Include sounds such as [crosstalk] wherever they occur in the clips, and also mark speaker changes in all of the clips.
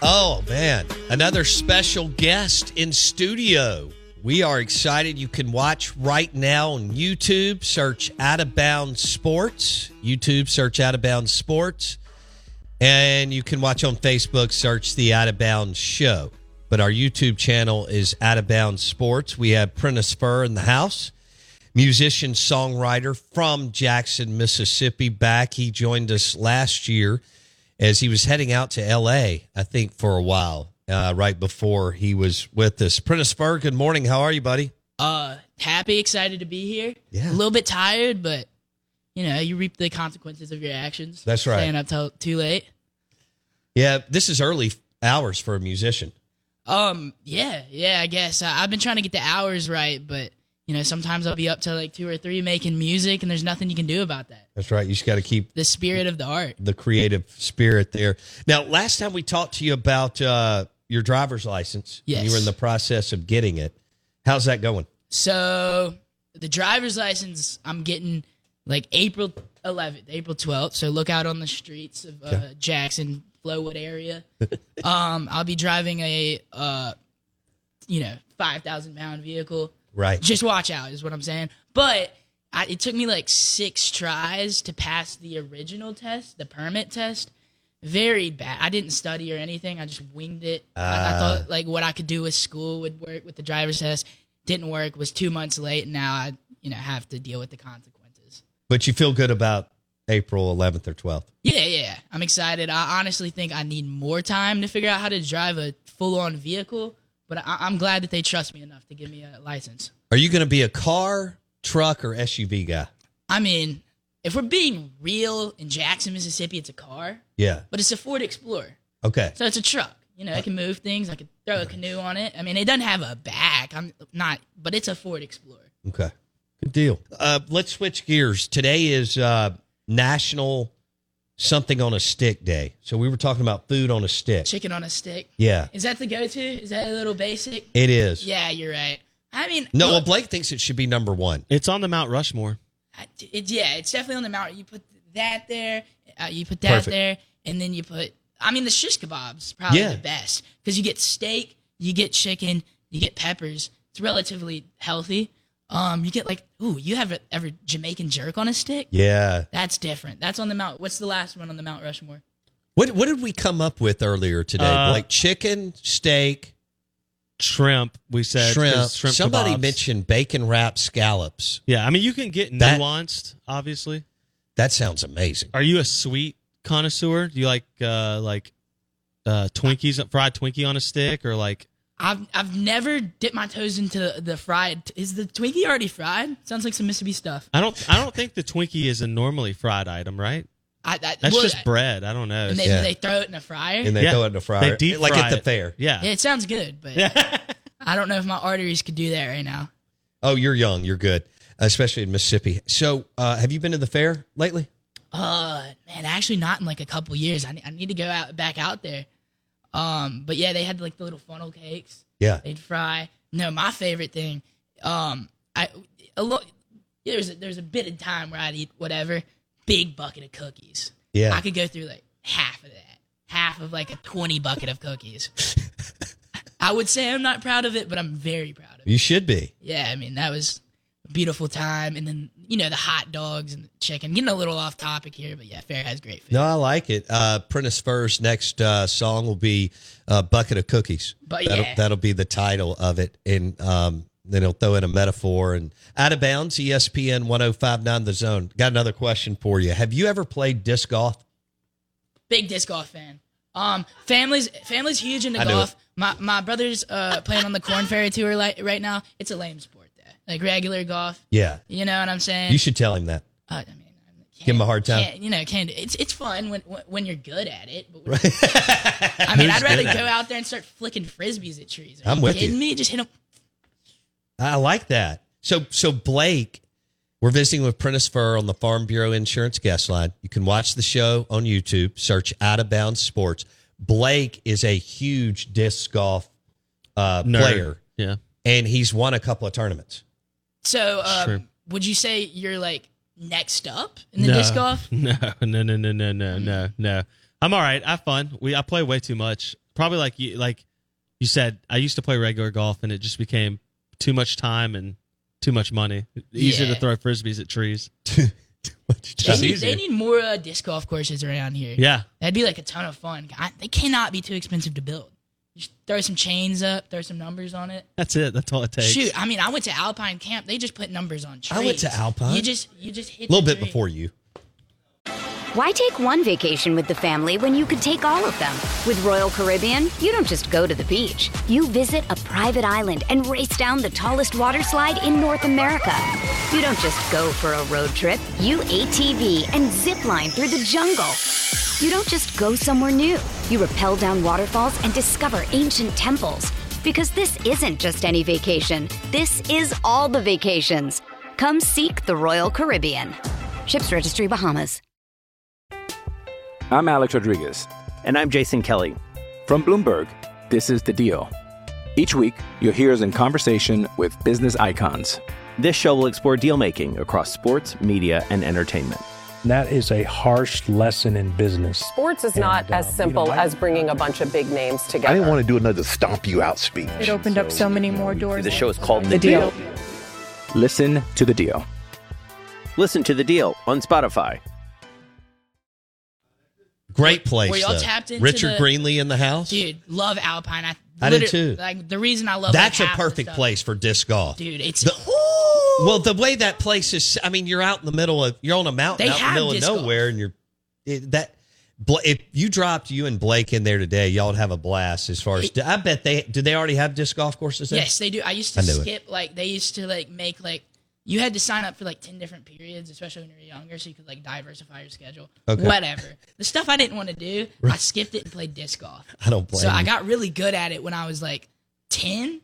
Speaker 1: Oh, man. Another special guest in studio. We are excited. You can watch right now on YouTube. Search Out of Bounds Sports. YouTube, search Out of Bounds Sports. And you can watch on Facebook, search The Out of Bounds Show. But our YouTube channel is Out of Bounds Sports. We have Prentice Spur in the house, musician, songwriter from Jackson, Mississippi, back. He joined us last year as he was heading out to LA, I think, for a while, uh, right before he was with us. Prentice Spur, good morning. How are you, buddy?
Speaker 2: Uh, happy, excited to be here.
Speaker 1: Yeah.
Speaker 2: A little bit tired, but you know, you reap the consequences of your actions.
Speaker 1: That's right.
Speaker 2: Staying up till too late.
Speaker 1: Yeah, this is early hours for a musician.
Speaker 2: Um, yeah, yeah, I guess I, I've been trying to get the hours right, but you know, sometimes I'll be up till like two or three making music, and there's nothing you can do about that.
Speaker 1: That's right. You just got to keep
Speaker 2: the spirit of the art,
Speaker 1: the creative spirit there. Now, last time we talked to you about uh, your driver's license,
Speaker 2: yes.
Speaker 1: you were in the process of getting it. How's that going?
Speaker 2: So, the driver's license I'm getting like April 11th, April 12th. So, look out on the streets of uh, okay. Jackson, Flowwood area. um, I'll be driving a, uh, you know, 5,000 pound vehicle.
Speaker 1: Right.
Speaker 2: Just watch out is what I'm saying. But I, it took me like six tries to pass the original test, the permit test. Very bad. I didn't study or anything. I just winged it. Uh, I, I, thought like what I could do with school would work with the driver's test. Didn't work. Was two months late. And now I you know have to deal with the consequences.
Speaker 1: But you feel good about April 11th or 12th.
Speaker 2: Yeah, yeah. I'm excited. I honestly think I need more time to figure out how to drive a full on vehicle but I, am glad that they trust me enough to give me a license.
Speaker 1: Are you going to be a car, truck, or SUV guy?
Speaker 2: I mean, if we're being real in Jackson, Mississippi, it's a car.
Speaker 1: Yeah.
Speaker 2: But it's a Ford Explorer.
Speaker 1: Okay.
Speaker 2: So it's a truck. You know, it can move things. I could throw a canoe on it. I mean, it doesn't have a back. I'm not, but it's a Ford Explorer.
Speaker 1: Okay. Good deal. Uh, let's switch gears. Today is uh, National something on a stick day. So we were talking about food on a stick.
Speaker 2: Chicken on a stick.
Speaker 1: Yeah.
Speaker 2: Is that the go to? Is that a little basic?
Speaker 1: It is.
Speaker 2: Yeah, you're right. I mean,
Speaker 1: no, look, well, Blake thinks it should be number one.
Speaker 3: It's on the Mount Rushmore.
Speaker 2: It, yeah, it's definitely on the Mount. You put that there, uh, you put that Perfect. there, and then you put, I mean, the shish kebabs probably yeah. the best because you get steak, you get chicken, you get peppers. It's relatively healthy. Um, you get like, ooh, you have ever Jamaican jerk on a stick?
Speaker 1: Yeah,
Speaker 2: that's different. That's on the Mount. What's the last one on the Mount Rushmore?
Speaker 1: What What did we come up with earlier today? Uh, like chicken, steak,
Speaker 3: shrimp. We said
Speaker 1: shrimp.
Speaker 3: shrimp
Speaker 1: Somebody
Speaker 3: kebabs.
Speaker 1: mentioned bacon wrapped scallops.
Speaker 3: Yeah, I mean you can get that, nuanced, obviously.
Speaker 1: That sounds amazing.
Speaker 3: Are you a sweet connoisseur? Do you like uh like uh Twinkies, fried Twinkie on a stick, or like
Speaker 2: I've I've never dipped my toes into the fried. Is the Twinkie already fried? Sounds like some Mississippi stuff.
Speaker 3: I don't I don't think the Twinkie is a normally fried item, right?
Speaker 2: I, I,
Speaker 3: That's
Speaker 2: well,
Speaker 3: just bread. I don't know.
Speaker 2: And they,
Speaker 3: Yeah.
Speaker 2: they throw it in a fryer.
Speaker 1: And they
Speaker 3: Yeah.
Speaker 1: throw it in the fryer.
Speaker 3: They deep
Speaker 1: like
Speaker 3: fry
Speaker 1: at the
Speaker 3: it.
Speaker 1: fair.
Speaker 3: Yeah.
Speaker 2: Yeah, it sounds good, but [laughs] I don't know if my arteries could do that right now.
Speaker 1: Oh, you're young. You're good, especially in Mississippi. So, uh, have you been to the fair lately?
Speaker 2: Uh, man, actually not in like a couple years. I need, I need to go out back out there. Um, but yeah, they had like the little funnel cakes.
Speaker 1: Yeah.
Speaker 2: They'd fry. No, my favorite thing. Um, I a lo- there's a, there's a bit of time where I'd eat whatever big bucket of cookies.
Speaker 1: Yeah.
Speaker 2: I could go through like half of that, half of like a twenty bucket of cookies. I would say I'm not proud of it, but I'm very proud of it.
Speaker 1: You should be.
Speaker 2: Yeah, I mean that was a beautiful time, and then you know the hot dogs and the chicken. Getting a little off topic here, but yeah, fair has great food.
Speaker 1: No, I like it. Uh, Prentice Furr's next uh, song will be uh, "Bucket of Cookies."
Speaker 2: But
Speaker 1: that'll,
Speaker 2: yeah.
Speaker 1: that'll be the title of it, and um, then he'll throw in a metaphor. And out of bounds, E ESPN 105.9 The Zone. Got another question for you. Have you ever played disc golf?
Speaker 2: Big disc golf fan. Um, families, families huge into
Speaker 1: I knew
Speaker 2: golf. My my brother's uh playing on the Corn Ferry Tour like, right now. It's a lame sport, there. like regular golf.
Speaker 1: Yeah,
Speaker 2: You know what I'm saying?
Speaker 1: you should tell him that.
Speaker 2: Uh, I mean, I
Speaker 1: Give him a hard time.
Speaker 2: can't- you know, can't. It's it's fun when when- when you're good at it. But when- I
Speaker 1: [laughs]
Speaker 2: mean, I'd rather
Speaker 3: good at
Speaker 2: go out there and start flicking frisbees at trees. Are
Speaker 1: I'm
Speaker 2: you
Speaker 1: with
Speaker 2: kidding
Speaker 1: you.
Speaker 2: me? Just hit them.
Speaker 1: I like that. So so Blake, we're visiting with Prentice Fur on the Farm Bureau Insurance Guest Line. You can watch the show on YouTube. Search Out of Bounds Sports. Blake is a huge disc golf uh,
Speaker 3: Nerd.
Speaker 1: player,
Speaker 3: Yeah.
Speaker 1: and he's won a couple of tournaments.
Speaker 2: So, uh,
Speaker 3: Sure.
Speaker 2: would you say you're like next up in the
Speaker 3: no.
Speaker 2: disc golf?
Speaker 3: [laughs] No, no, no, no, no, no, no, no. I'm all right. I have fun. We I play way too much. Probably like you like you said, I used to play regular golf and it just became too much time and too much money. Easier
Speaker 2: Yeah.
Speaker 3: to throw frisbees at
Speaker 1: [laughs]
Speaker 3: trees.
Speaker 2: They
Speaker 3: That's
Speaker 2: need,
Speaker 3: easier.
Speaker 2: they need more uh, disc golf courses around here.
Speaker 3: Yeah.
Speaker 2: That'd be like a ton of fun. I, they cannot be too expensive to build. Just throw some chains up, throw some numbers on it.
Speaker 3: That's it. That's all it takes.
Speaker 2: Shoot, I mean, I went to Alpine Camp. They just put numbers on trees.
Speaker 1: I went to Alpine?
Speaker 2: You just, you just hit
Speaker 1: A little
Speaker 2: the
Speaker 1: bit
Speaker 2: tree.
Speaker 1: before you.
Speaker 4: Why take one vacation with the family when you could take all of them? With Royal Caribbean, you don't just go to the beach. You visit a private island and race down the tallest water slide in North America. You don't just go for a road trip. You ATV and zip line through the jungle. You don't just go somewhere new. You rappel down waterfalls and discover ancient temples. Because this isn't just any vacation. This is all the vacations. Come seek the Royal Caribbean. Ships Registry Bahamas.
Speaker 5: I'm Alex Rodriguez.
Speaker 6: And I'm Jason Kelly.
Speaker 5: From Bloomberg, this is The Deal. Each week, you'll hear us in conversation with business icons.
Speaker 6: This show will explore deal making across sports, media, and entertainment.
Speaker 7: And that is a harsh lesson in business.
Speaker 8: Sports is not
Speaker 7: And, uh,
Speaker 8: as simple
Speaker 7: you know, I-
Speaker 8: as bringing a bunch of big names together.
Speaker 9: I didn't want to do another stomp you out speech.
Speaker 10: It opened up so many more doors.
Speaker 11: The show is called
Speaker 10: The Deal.
Speaker 5: Listen to The Deal.
Speaker 6: Listen to The Deal on Spotify.
Speaker 1: Great place.
Speaker 2: were y'all
Speaker 1: though.
Speaker 2: tapped into
Speaker 1: Richard
Speaker 2: the-
Speaker 1: Greenlee in the house.
Speaker 2: Dude, love Alpine. I,
Speaker 1: I did
Speaker 2: literally-
Speaker 1: too.
Speaker 2: Like the reason I love
Speaker 1: That's
Speaker 2: like,
Speaker 1: a
Speaker 2: half the
Speaker 1: perfect
Speaker 2: stuff.
Speaker 1: place for disc golf.
Speaker 2: dude. It's
Speaker 1: The- Well, the way that place is, I mean, you're out in the middle of, you're on a mountain
Speaker 2: They
Speaker 1: out in the
Speaker 2: have
Speaker 1: middle of
Speaker 2: disc golf.
Speaker 1: nowhere, and you're it, that. Bla- If you dropped you and Blake in there today, y'all would have a blast. As far as I bet they do, they already have disc golf courses. There?
Speaker 2: Yes, they do. I used
Speaker 1: I
Speaker 2: to
Speaker 1: knew it.
Speaker 2: skip like they used to like make like you had to sign up for like ten different periods, especially when you were younger, so you could like diversify your schedule.
Speaker 1: Okay.
Speaker 2: Whatever. The stuff I didn't want to do, I skipped it and played disc golf.
Speaker 1: [laughs] I don't blame.
Speaker 2: so I
Speaker 1: you.
Speaker 2: got really good at it when I was like ten.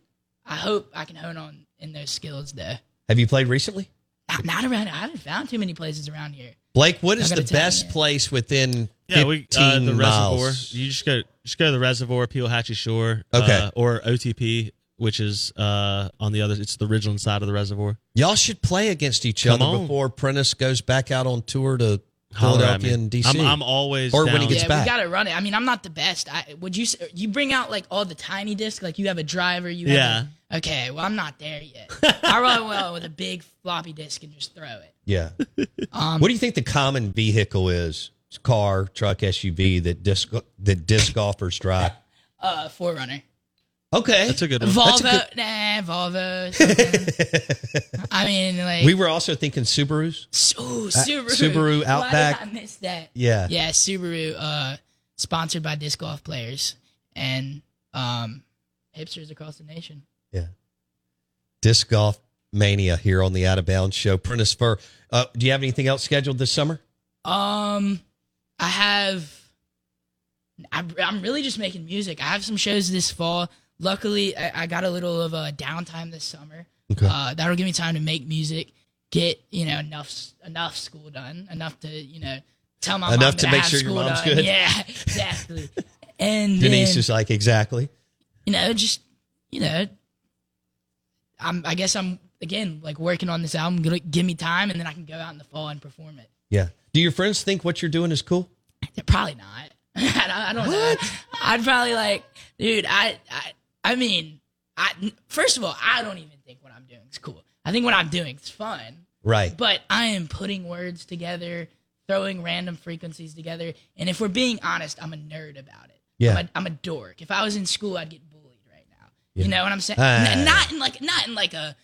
Speaker 2: I hope I can hone on in those skills though.
Speaker 1: Have you played recently,
Speaker 2: Not, not around. I haven't found too many places around here.
Speaker 1: Blake? What
Speaker 2: I
Speaker 1: is the
Speaker 2: gotta tell
Speaker 1: best
Speaker 2: you.
Speaker 1: place within?
Speaker 3: Yeah, we uh,
Speaker 1: 15
Speaker 3: the reservoir.
Speaker 1: miles?
Speaker 3: You just go just go to the reservoir, Peelhatchie Shore,
Speaker 1: Okay.
Speaker 3: uh, or OTP, which is uh, on the other. It's the Ridgeland side of the reservoir.
Speaker 1: Y'all should play against each
Speaker 3: Come
Speaker 1: other
Speaker 3: on.
Speaker 1: before Prentice goes back out on tour to
Speaker 3: Holler at
Speaker 1: Philadelphia
Speaker 3: me.
Speaker 1: and DC.
Speaker 3: I'm, I'm always
Speaker 1: Or when he
Speaker 3: down.
Speaker 1: gets
Speaker 2: yeah,
Speaker 1: back.
Speaker 2: we gotta run it. I mean, I'm not the best. I would you s- you bring out like all the tiny discs, like you have a driver, you have
Speaker 3: Yeah.
Speaker 2: A, okay, well, I'm not there yet. I run well with a big floppy disk and just throw it. [laughs]
Speaker 1: yeah.
Speaker 2: Um,
Speaker 1: what do you think the common vehicle is? It's car, truck, SUV that disc that disc golfers drive.
Speaker 2: Uh, Forerunner,
Speaker 1: Okay,
Speaker 3: That's a good one.
Speaker 2: Volvo,
Speaker 1: That's
Speaker 2: nah, Volvo. something. I mean,
Speaker 1: [laughs]
Speaker 2: like
Speaker 1: We were also thinking Subarus.
Speaker 2: Ooh, Subaru,
Speaker 1: Subaru
Speaker 2: Why did
Speaker 1: Outback.
Speaker 2: I miss that.
Speaker 1: Yeah.
Speaker 2: yeah, Subaru, uh, sponsored by disc golf players and um, hipsters across the nation.
Speaker 1: Yeah. Disc golf mania here on the Out of Bounds Show. Prentice Fur. Uh, do you have anything else scheduled this summer?
Speaker 2: Um, I have. I, I'm really just making music. I have some shows this fall. Luckily, I, I got a little of a downtime this summer.
Speaker 1: Okay.
Speaker 2: Uh, that'll give me time to make music, get you know enough enough school done, enough to you know tell my mom
Speaker 1: Enough to
Speaker 2: that I
Speaker 1: make
Speaker 2: have
Speaker 1: sure your
Speaker 2: school
Speaker 1: mom's
Speaker 2: done.
Speaker 1: good.
Speaker 2: Yeah, [laughs] exactly. and
Speaker 1: Denise
Speaker 2: then,
Speaker 1: is like, exactly.
Speaker 2: you know, just you know, I'm. I guess I'm again like working on this album. Gonna give me time, and then I can go out in the fall and perform it.
Speaker 1: Yeah. Do your friends think what you're doing is cool?
Speaker 2: Probably not. [laughs] I don't, I don't know. I'd probably like, dude. I, I, I mean, I. First of all, I don't even think what I'm doing is cool. I think what I'm doing is fun.
Speaker 1: Right.
Speaker 2: But I am putting words together, throwing random frequencies together, and if we're being honest, I'm a nerd about it.
Speaker 1: Yeah.
Speaker 2: I'm a, I'm a dork. If I was in school, I'd get bullied right now.
Speaker 1: Yeah.
Speaker 2: You know what I'm saying?
Speaker 1: Ah.
Speaker 2: N- not in like not in like a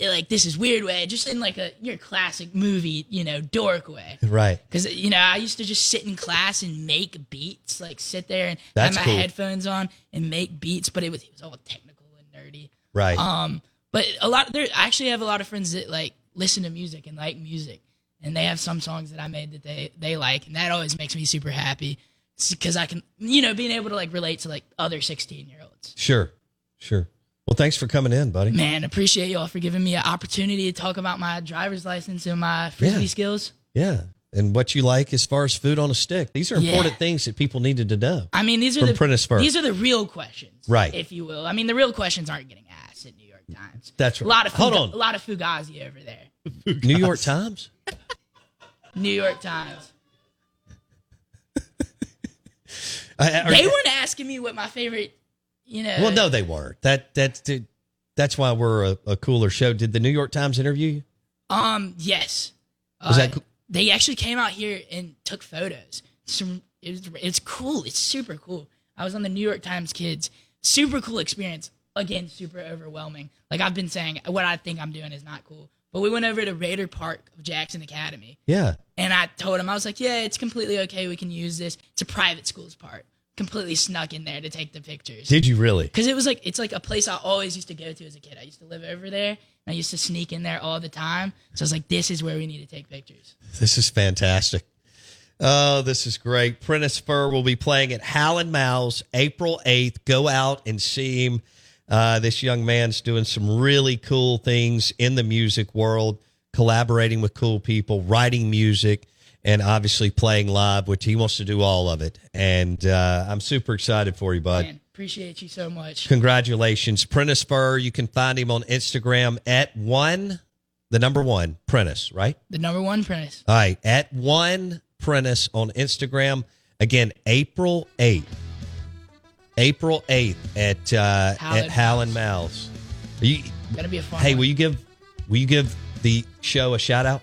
Speaker 2: like this is weird way, just in like a your classic movie, you know, dork way.
Speaker 1: Right.
Speaker 2: Because you know, I used to just sit in class and make beats, like sit there and
Speaker 1: That's
Speaker 2: have my
Speaker 1: cool.
Speaker 2: headphones on and make beats. But it was it was all technical and nerdy.
Speaker 1: Right.
Speaker 2: Um, but a lot there, I actually have a lot of friends that like listen to music and like music, and they have some songs that I made that they they like, and that always makes me super happy because I can you know being able to like relate to like other sixteen year olds.
Speaker 1: Sure. Sure. Well, thanks for coming in, buddy.
Speaker 2: Man, appreciate y'all for giving me an opportunity to talk about my driver's license and my frisbee
Speaker 1: Yeah.
Speaker 2: skills.
Speaker 1: Yeah. And what you like as far as food on a stick. These are
Speaker 2: Yeah.
Speaker 1: important things that people needed to know.
Speaker 2: I mean, these are
Speaker 1: From
Speaker 2: the
Speaker 1: Prentice Firth.
Speaker 2: these are the real questions,
Speaker 1: Right.
Speaker 2: If you will, I mean, the real questions aren't getting asked at New York Times.
Speaker 1: That's
Speaker 2: A
Speaker 1: right.
Speaker 2: lot of
Speaker 1: Hold
Speaker 2: fuga-
Speaker 1: on.
Speaker 2: a lot of fugazi over there.
Speaker 1: New York Times?
Speaker 2: New York Times.
Speaker 1: I- I-
Speaker 2: they weren't asking me what my favorite, you know.
Speaker 1: well, no, they weren't. That that's that's why we're a, a cooler show. Did the New York Times interview you?
Speaker 2: Um. Yes. Uh,
Speaker 1: Was that cool?
Speaker 2: They actually came out here and took photos. Some. It was, it's cool. It's super cool. I was on the New York Times Kids. Super cool experience. Again, super overwhelming. Like I've been saying, what I think I'm doing is not cool. But we went over to Raider Park of Jackson Academy.
Speaker 1: Yeah.
Speaker 2: And I told him, I was like, yeah, it's completely okay. We can use this. It's a private school's part. Completely snuck in there to take the pictures.
Speaker 1: Did you really?
Speaker 2: Because it was like, it's like a place I always used to go to as a kid. I used to live over there and I used to sneak in there all the time. So I was like, this is where we need to take pictures.
Speaker 1: This is fantastic. Oh, this is great. Prentice Fur will be playing at Howlin' Mouse April 8th. Go out and see him. Uh, this young man's doing some really cool things in the music world, collaborating with cool people, writing music, and obviously playing live, which he wants to do all of it. And uh, I'm super excited for you, bud.
Speaker 2: Man, appreciate you so much.
Speaker 1: Congratulations, Prentice Fur. You can find him on Instagram at one, the number one, Prentice, right?
Speaker 2: The number one apprentice.
Speaker 1: All right, at one Prentice on Instagram. Again, April eighth, April eighth at uh,
Speaker 2: Howlin'
Speaker 1: at Howlin' Mal's. Are you,
Speaker 2: Gonna be a fun
Speaker 1: hey,
Speaker 2: one.
Speaker 1: will you give will you give the show a shout out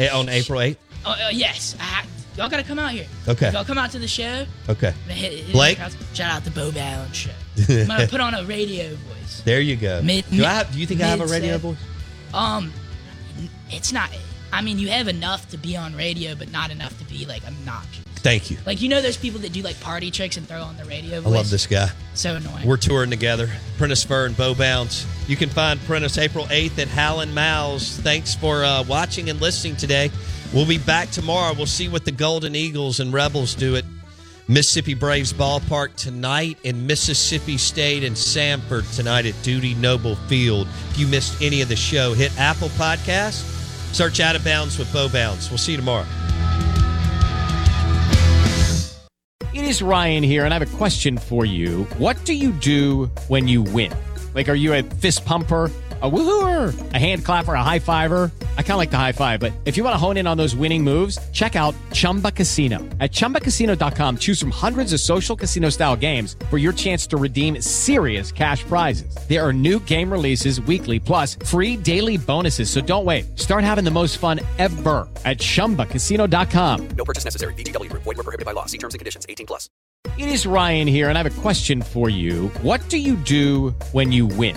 Speaker 1: Eh, on April eighth?
Speaker 2: Oh, oh, yes. I ha- y'all gotta come out here.
Speaker 1: Okay.
Speaker 2: Y'all come out to the show.
Speaker 1: Okay,
Speaker 2: I'm gonna hit- hit the
Speaker 1: Blake?
Speaker 2: crowds. Shout out the Bo Allen
Speaker 1: [laughs]
Speaker 2: show. I'm gonna put on a radio voice.
Speaker 1: there you go.
Speaker 2: Mid-
Speaker 1: do I have, do you think I have a
Speaker 2: mid-set.
Speaker 1: radio voice?
Speaker 2: Um, it's not. I mean, you have enough to be on radio, but not enough to be like obnoxious.
Speaker 1: Thank you.
Speaker 2: Like you know those people that do like party tricks and throw on the radio.
Speaker 1: I
Speaker 2: Voice?
Speaker 1: love this guy.
Speaker 2: So annoying.
Speaker 1: We're touring together. Prentice Fur and Bow Bounds. You can find Prentice April 8th at Howlin' Mouse. Thanks for uh, watching and listening today. We'll be back tomorrow. We'll see what the Golden Eagles and Rebels do at Mississippi Braves Ballpark tonight and Mississippi State and Sanford tonight at Duty Noble Field. If you missed any of the show, hit Apple Podcasts, search Out of Bounds with Bow Bounds. We'll see you tomorrow.
Speaker 11: It is Ryan here, and I have a question for you. What do you do when you win? Like, are you a fist pumper? A woohooer, a hand clapper, a high fiver. I kind of like the high five, but if you want to hone in on those winning moves, check out Chumba Casino. At chumbacasino.com, choose from hundreds of social casino style games for your chance to redeem serious cash prizes. There are new game releases weekly, plus free daily bonuses. So don't wait. Start having the most fun ever at chumbacasino.com.
Speaker 12: No purchase necessary. VGW Group. Void were prohibited by law. See terms and conditions. 18 plus.
Speaker 11: It is Ryan here, and I have a question for you. What do you do when you win?